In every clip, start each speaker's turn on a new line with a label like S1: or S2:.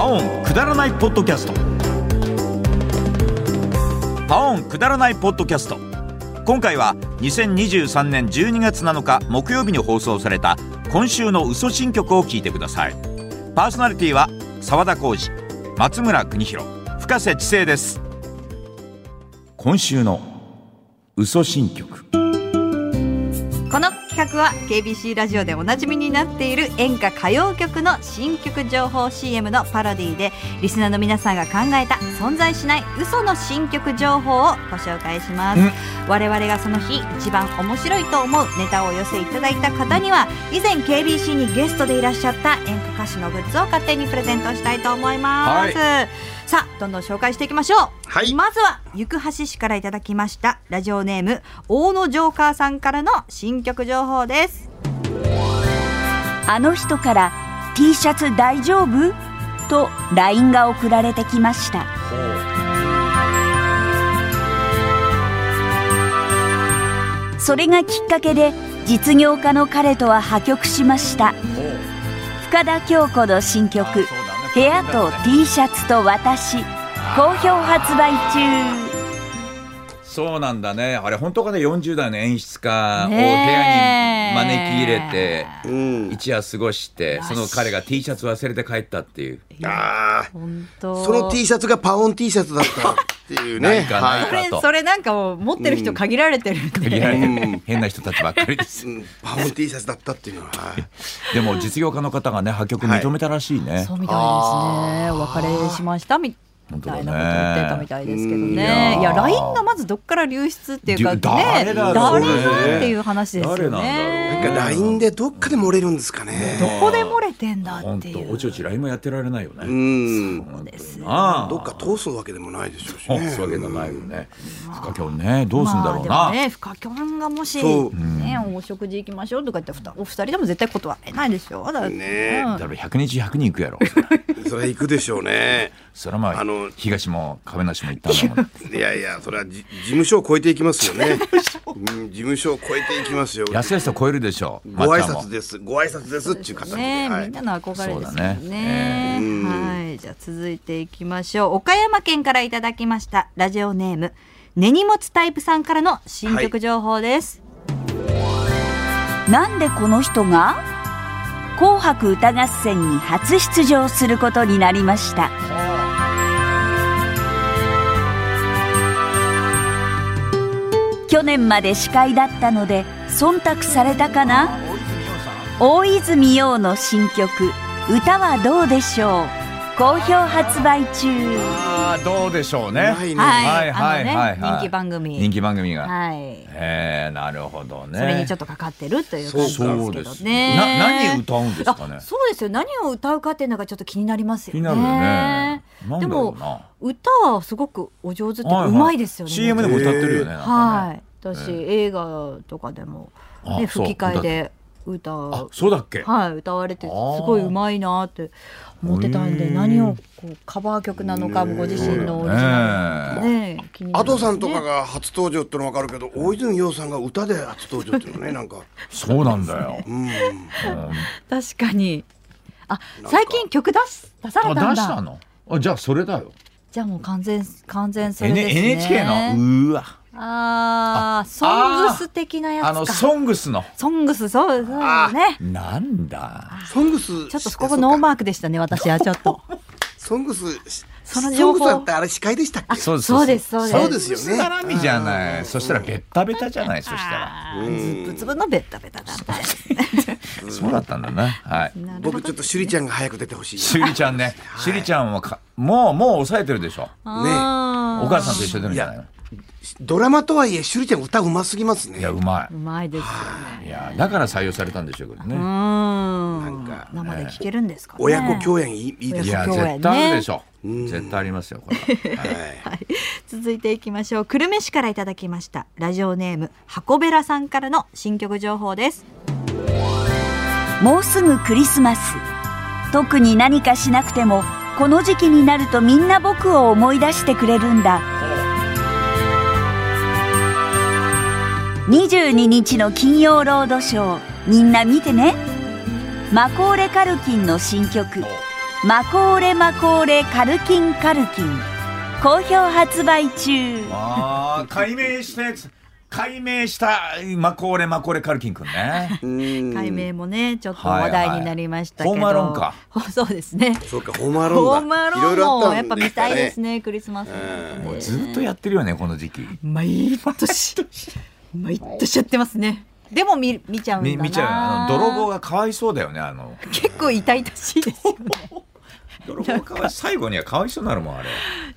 S1: オンくだらないポッドキャストパオンくだらないポッドキャスト今回は2023年12月7日木曜日に放送された今週の嘘新曲を聞いてくださいパーソナリティは澤田浩二松村邦弘深瀬知世です今週の嘘新曲
S2: この企画は KBC ラジオでおなじみになっている演歌歌謡曲の新曲情報 CM のパロディでリスナーの皆さんが考えた存在しない嘘の新曲情報をご紹介します
S1: うん
S2: 我々がその日一番面白いと思うネタをお寄せいただいた方には以前 KBC にゲストでいらっしゃった演歌歌手のグッズを勝手にプレゼントしたいと思います、さあどんどん紹介していきましょう
S3: はい
S2: まずは行橋市からいただきましたラジオネーム大野ジョーカーさんからの新曲情報です
S4: あの人から T シャツ大丈夫と LINE が送られてきましたそれがきっかけで実業家の彼とは破局しました深田恭子の新曲「部屋と T シャツと私」好評発売中
S1: そうなんだねあれ本当かね40代の演出家を部屋
S2: ね
S1: に
S2: え
S1: 招き入れて
S3: うん。
S1: 一夜過ごしてその彼が T シャツ忘れて帰ったっていう
S3: ああ。
S2: 本当
S3: その T シャツがパオン T シャツだったっていう
S1: 何
S3: ね。
S1: かない
S2: こ
S1: か
S2: れ
S1: と
S2: それなんかもう持ってる人限られてるんで、
S1: 限られて
S3: う
S1: る
S3: ん
S1: 変な人たちばっかりです
S3: うんパオン T シャツだったっていうのは。はい
S1: でも実業家の方がね破局認めたらしいね、
S2: そうみたいですねお別れしましたみ
S1: 本当
S2: た
S1: だね
S2: いなこと言ってたみたいですけど
S3: うんい
S2: ね
S1: やー
S2: いや LINE がまずどっから流出っていうかね
S1: りゅ誰だろうね
S2: 誰ぞっていう話ですよ
S1: 誰
S2: ね
S1: なんだろう
S3: なんか LINE でどっかで漏れるんですかね。
S2: ここで漏れてんだっ
S1: 本
S2: て
S1: 当
S2: いう
S1: おちおち LINE もやってられないよね、
S3: うん。
S1: そうですな
S3: どっか通すわけでもないでしょうし
S1: そう
S3: ね。
S1: いうわけじゃないよね深きょんねどうすんだろうな、
S2: まあ、でもね、深きょんがもし、
S3: そう
S2: ね、お食事行きましょうとか言ってふた、お二人でも絶対断れないでしょ。だから
S3: ね
S2: うん
S1: だから100日100人行くやろ
S3: それは行くでしょうね。
S1: それはまあ
S3: あの
S1: 東も亀梨も行ったんだもん
S3: いやいや、それはじ事務所を超えていきますよね。うん事務所を超えていきますよ。
S1: やすやすと超えるでしょう
S3: ご挨
S1: まっちゃん
S3: 拶
S1: も
S3: です。ご挨拶ですっていう形で。
S2: ね、
S3: は
S2: み
S3: い
S2: んなの憧れです
S1: そう
S2: よ
S1: だ
S2: ね。
S1: ね
S3: うん
S2: はい、じゃあ続いていきましょう。岡山県からいただきましたラジオネーム根に持つタイプさんからの新曲情報です。
S4: なんでこの人が紅白歌合戦に初出場することになりました去年まで司会だったので忖度されたかな大泉洋の新曲「歌はどうでしょう」好評発売中
S1: ああどうでしょうね
S3: ないね。
S2: はい、
S1: はいはい
S2: あの
S1: はい
S2: ね、人気番組。
S1: 人気番組が、
S2: はい。
S1: えー、なるほどね
S2: それにちょっとかかってるという感じですけどね。
S1: な何歌うんですかね
S2: あそうですよ何を歌うかっていうのがちょっと気になりますよ
S1: 気
S2: ね
S1: になるよねなん
S2: で
S1: だろ
S2: も
S1: うな
S2: 歌はすごくお上手ってうまいですよね、
S1: CM でも歌ってるよねなんかね
S2: はい私、映画とかでも、ね、
S1: あそう
S2: 吹き替えで歌
S1: あそうだっけ
S2: はい歌われてす
S1: あー
S2: ごいうまいなって思ってたん
S1: へ
S2: で
S1: ー
S2: 何をこうカバー曲なのか
S3: ね
S2: ご自
S1: そう
S2: 身
S1: だ
S2: の
S1: よ
S2: オリジナル
S1: ね
S2: ね気にな
S3: ア
S2: りま
S3: ド
S2: すね
S3: さんとかが初登場ってのはわかるけど、大泉洋さんが歌で初登場っていうのね、なんか。
S1: そうなんだよ
S3: うん。
S2: 確かにあ最近曲出す出されたんだ
S1: あ出したのあじゃあそれだよ、
S2: じゃあもう完全完全それ
S1: N
S2: ですね。
S1: NHK のうわ
S2: ああ、ソングス的なやつか。
S1: あのソングスの
S2: ソングスそうそうですね。
S1: なんだ
S3: ソングス。
S2: ちょっとそこノーマークでしたね私はちょっと。
S3: ソングス。
S2: その
S3: ソ
S2: 情報
S3: ングスだってあれ司会でしたっけ。
S1: そう
S2: そうですそうです
S3: そうですよね
S1: 絡みじゃないそしたらベッタベタじゃないそしたら
S2: あーズブズブのベタベタだったですね。
S1: そうだったんだなはい
S2: なるほ
S3: 僕
S2: ど
S3: ちょっと朱里ちゃんが早く出てほしい。
S1: しゅりちゃんねしゅりちゃんはかもうもう抑えてるでしょ
S2: あー
S1: お母さんと一緒に出るんじゃないの
S3: ドラマとはいえ、朱里ちゃん歌うますぎますね。
S1: いやうま
S2: うまいですよね。
S1: いいやだから採用されたんでしょうけど
S2: う
S1: ね
S2: ん。
S3: なんか
S2: 生で聞けるんですかね。
S3: 親子共演いいいいで
S2: ん
S1: い
S3: すね。
S1: や
S2: そうやね
S1: 絶対あるでしょ
S3: うん
S1: 絶対ありますよこれは
S3: はい
S2: はい、続いていきましょう久留米市からいただきましたラジオネーム箱べらさんからの新曲情報です
S4: もうすぐクリスマス特に何かしなくてもこの時期になるとみんな僕を思い出してくれるんだ22日の金曜ロードショーみんな見てねマコーレ・カルキンの新曲マコーレマコーレカルキンカルキン好評発売中
S1: ああ解明したやつ解明したマコーレマコーレカルキンくん ね
S3: うん
S2: 解明もねちょっと話題になりましたけど、
S1: はいはいホームアローンか
S2: ほそうですね
S3: そうかホームアロ
S2: ホ
S3: ー
S2: ー
S3: ン
S2: ムア
S3: だ
S2: ロー
S3: いろい
S2: ン
S3: ろあった
S2: も
S3: ん
S2: やっぱ見たいです
S3: ね
S2: ねクリスマス
S3: うん
S2: も
S1: ずっとやってるよねこの時期
S2: 毎年毎年やってますねでも見見ちゃうんだ
S1: み
S2: な
S1: 見ちゃうよあの泥棒がかわいそうだよねあの
S2: 結構痛々しいで すよね
S1: 泥棒かわい最後にはかわいそうになるもんあれ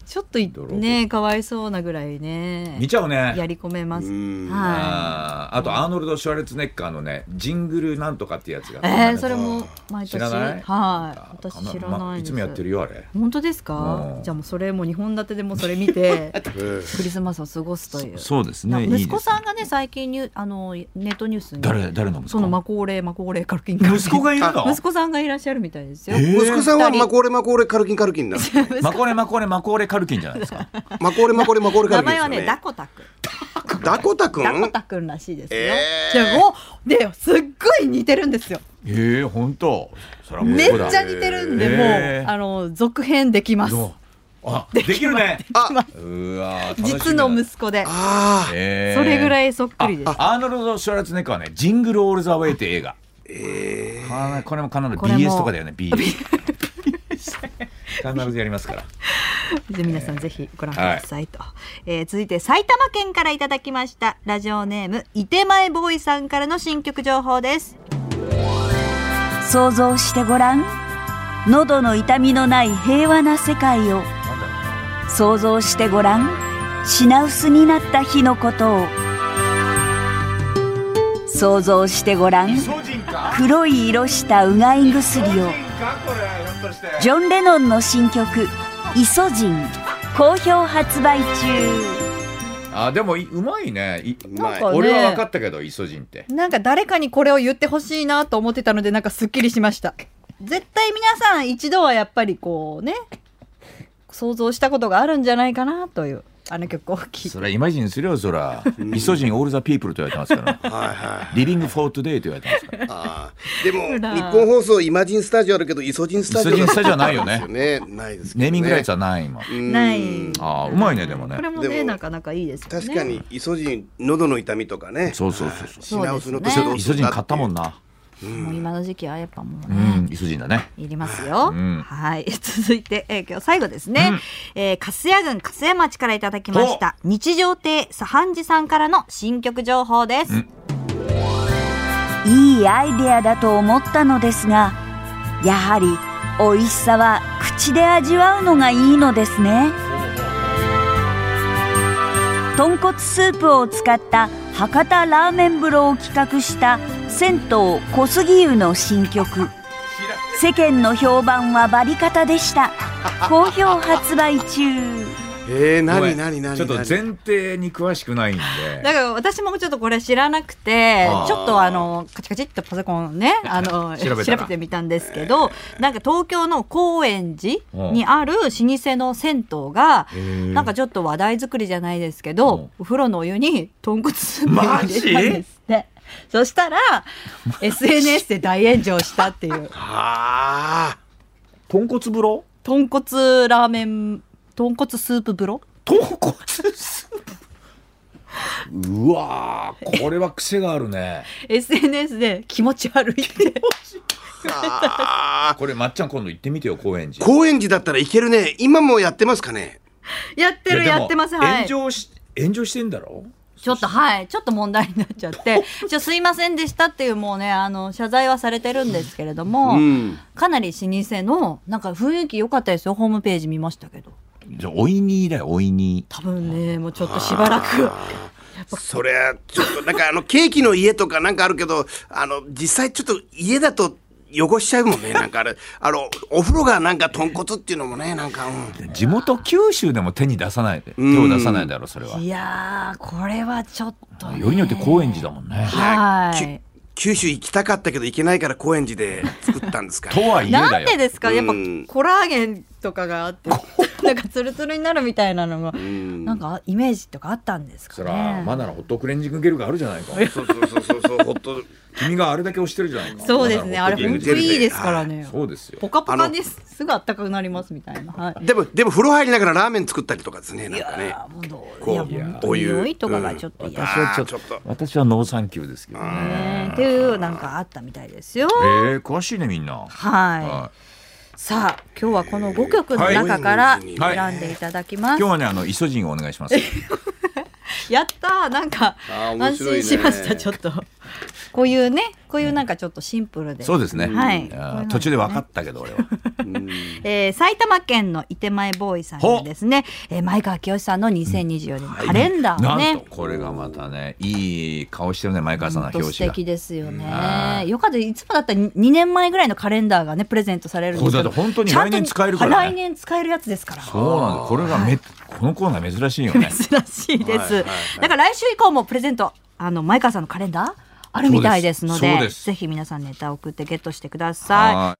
S2: ちょっとい
S1: 泥棒
S2: ねかわいそうなぐらいね
S1: 見ちゃう
S2: や
S1: ね
S2: り込めます
S3: うん
S2: は
S1: あーあとアーノルド・シュワルツェネッカーのねジングルなんとかってやつが
S2: いえー、それも毎年
S1: 知らない
S2: はい私知ら
S1: ま
S2: な
S1: あ
S2: い
S1: い
S2: で
S1: つ
S2: す、
S1: もやってるよあれ
S2: 本当ですか、
S1: うん
S2: じゃあもうそれもう2本立てでもうそれ見 て
S3: うん
S2: クリスマスを過ごすという
S1: そうです
S2: な
S1: ね
S2: 息子さんがね最近ニュあのネットニュースに
S1: 誰誰の息子
S2: そのマコーレマコーレカルキン
S1: 息子がいるの
S2: 息子さんがいらっしゃるみたいですよ、
S1: えー
S3: 息子さんはマコーレマコーレカルキンカルキ ンなの
S1: マコーレマコーレマコーレカルキンじゃないですか
S3: マコーレマコーレマコーレ
S2: 名
S3: カルキ
S2: 前
S3: ンです
S2: は
S3: よ
S2: ね
S3: ね
S2: ダコタくん
S3: ダコタく
S2: ダコ
S3: ん
S2: タくんらしいですよ、
S3: えー
S2: じゃあもうですっごい似てるんですよ
S1: ええ本当それはもう
S2: めっ
S1: こ
S2: ち
S1: こだ
S2: ゃ似てるんで、
S1: えー
S2: もうあの続編できます
S1: どうあできるね
S3: あ
S1: うわー
S2: 実の息子で
S3: あー
S1: えー
S2: それぐらいそっくりです
S1: アーノルド・シュワルツェネッカーはね、ジングル・オール・ザ・ウェイって映画。
S3: えー
S1: あーこれも必ず
S2: これも
S1: BS とかだよね、BS。必ずやりますから。
S2: で皆さんぜひご覧くださいと、えー続いて埼玉県からいただきましたラジオネームいてまえボーイさんからの新曲情報です
S4: 想像してごらん喉の痛みのない平和な世界を想像してごらん品薄になった日のことを想像してごらん
S1: 人か
S4: 黒い色したうがい薬を
S1: これ、ひょっとして。
S4: ジョン・レノンの新曲「イソジン」好評発売中
S1: あ、でもい、うまいね。いう
S3: まい
S2: なんか
S1: 俺は分かったけど、イソジンって。
S2: なんか誰かにこれを言ってほしいなと思ってたのでなんかすっきりしました絶対皆さん一度はやっぱりこうね想像したことがあるんじゃないかなというあの曲を聴いて
S1: それイマジンするよ、そら。イソジン・オール・ザ・ピープルと言われてますか ら。
S3: はいはい
S1: リビング・フォー・トゥ・デイと言われてますから。
S3: あ ーでも
S2: ほら
S3: 日本放送イマジンスタジオあるけどイソジンスタジ
S1: イ
S3: オ
S1: ソジンスタジオはないよね
S3: ねないですけど
S1: ネ
S3: ね
S1: ーミングライツはないもん。
S3: うん
S2: ない
S1: あーうまいねでもね
S2: これも
S3: で
S2: ね
S3: も
S2: なかなかいいですよね
S3: 確かにイソジン喉の痛みとかね
S1: そうそうそうそう。
S3: 品薄の
S2: そうですね
S1: イソジン買ったもんな。
S2: もう今の時期はやっぱもう
S1: う
S2: ね、
S1: ん、イソジンだね。
S2: いりますよ。
S1: うん
S2: はい。 続いて、えー今日最後ですね。えー、粕谷郡粕谷町からいただきました。日常亭左半次さんからの新曲情報です。
S4: いいアイデアだと思ったのですがやはり美味しさは口で味わうのがいいのですね豚骨スープを使った博多ラーメン風呂を企画した銭湯小杉湯の新曲世間の評判はバリカタでした好評発売中
S3: えー何
S1: ごめ
S3: 何
S1: ん
S3: 何
S1: ちょっと
S3: 何
S1: 前提に詳しくないんで。
S2: だから私もちょっとこれ知らなくて
S1: あー、
S2: ちょっとあの、カチカチっとパソコンね、あ の、
S1: 調べ
S2: 調べ
S1: たら
S2: てみたんですけど、なんか東京の高円寺にある老舗の銭湯が、なんかちょっと話題作りじゃないですけ
S1: うん
S2: ど、お風呂のお湯に豚骨スープを入れたんですって。そしたら、SNS で大炎上したっていう、
S3: あ
S1: 豚骨風呂
S2: 豚骨ラーメン、豚骨スープ風呂
S1: 豚骨スープうわーこれは癖があるね
S2: ?SNS で気持ち悪いって。
S3: ーあ
S1: これまっちゃん今度行ってみてよ高円
S3: ー
S1: 寺
S3: 高円寺だったらいけるね今もやってますかね
S2: やってる、
S1: いでも
S2: やってます、はい。
S1: 炎上し炎上してんだろ
S2: ちょっとはい、ちょっと問題になっちゃって、じゃすいませんでしたっていうもうね、あの、謝罪はされてるんですけれども、
S3: ん
S2: かなり老舗の、なんか雰囲気良かったですよ、ホームページ見ましたけど。
S1: じゃあおいにだよおいに
S2: 多分ね、もうちょっとしばらく。
S3: そりゃちょっとなんかあのケーキの家とかなんかあるけどあの実際ちょっと家だと汚しちゃうもんねなんかあれあのお風呂がなんか豚骨っていうのもねなんか、うん
S1: 地元九州でも手に出さないで手を出さないだろそれはい
S2: やー、これはちょっと、ね。
S1: よりによって高円寺だもんね
S2: はい
S3: き。九州行きたかったけど行けないから高円寺で作ったんですか
S1: とはいえ
S2: な
S1: だ
S2: ん
S1: よ
S2: でですかやっぱ
S3: うん
S2: コラーゲンとかがあって、なんかツルツルになるみたいなのも、
S3: ん
S2: なんかイメージとかあったんですか
S1: そ
S2: ね。
S1: らまだなホットクレンジングゲルがあるじゃないか
S3: そうそうそうそうそうほっと
S5: 君があれだけ押してるじゃないか
S2: そうですね。あ
S5: ほっ
S2: れ
S5: とける
S2: 本当いいですからね。
S5: そうですよ
S2: ポカポカです。すぐあったかくなりますみたいな。はい。
S3: でも、でも風呂入りながらラーメン作ったりとかですね、なんかね。
S2: あもうどう
S3: こう
S2: いや本当に
S3: お湯
S2: 匂いとかがちょっと嫌。
S1: 私はちょっ
S3: ちょっと
S1: と私はノーサンキューですけどね
S2: ねっていうなんかあったみたいですよ。
S1: えー、詳しいねみんな
S2: は。
S5: はい
S2: さあ今日はこの5曲の中から選んでいただき
S1: 今
S2: ま
S1: 日。
S2: す
S1: はねあのイソジンをお願いします
S2: やったーなんか
S3: あー面
S2: 安
S3: 白いね
S2: 心しましたちょっと。こういうねこういうなんかちょっとシンプルで。
S1: そうですね、
S2: はい
S1: あー途中で分かったけど俺は
S2: えー埼玉県の伊手前ボーイさんがですね、えー、前川清さんの2024年のカレンダー
S1: な
S2: をね、
S1: んとこれがまたねいい顔してるね前川さんの
S2: 本当素
S1: 表紙が
S2: 敵ですよね
S1: う。ん
S2: よかったいつもだったら2年前ぐらいのカレンダーがねプレゼントされるんですけど
S1: これだって本当に
S2: ちゃん
S1: 来
S2: と
S1: 年使えるからね
S2: 来年使えるやつですから。
S1: そうなんだこれがめ、このコーナー珍しいよね
S2: 珍しいです、だから来週以降もプレゼントあの前川さんのカレンダーあるみたいですので
S1: そうです
S2: ぜひ皆さんネタを送ってゲットしてください。
S1: は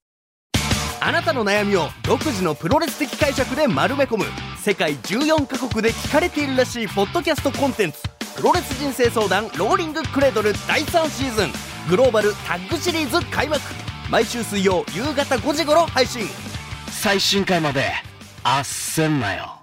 S6: あなたの悩みを独自のプロレス的解釈で丸め込む世界14カ国で聞かれているらしいポッドキャストコンテンツ「プロレス人生相談ローリングクレードル」第3シーズングローバルタッグシリーズ開幕毎週水曜夕方5時頃配信最新回まであっせんなよ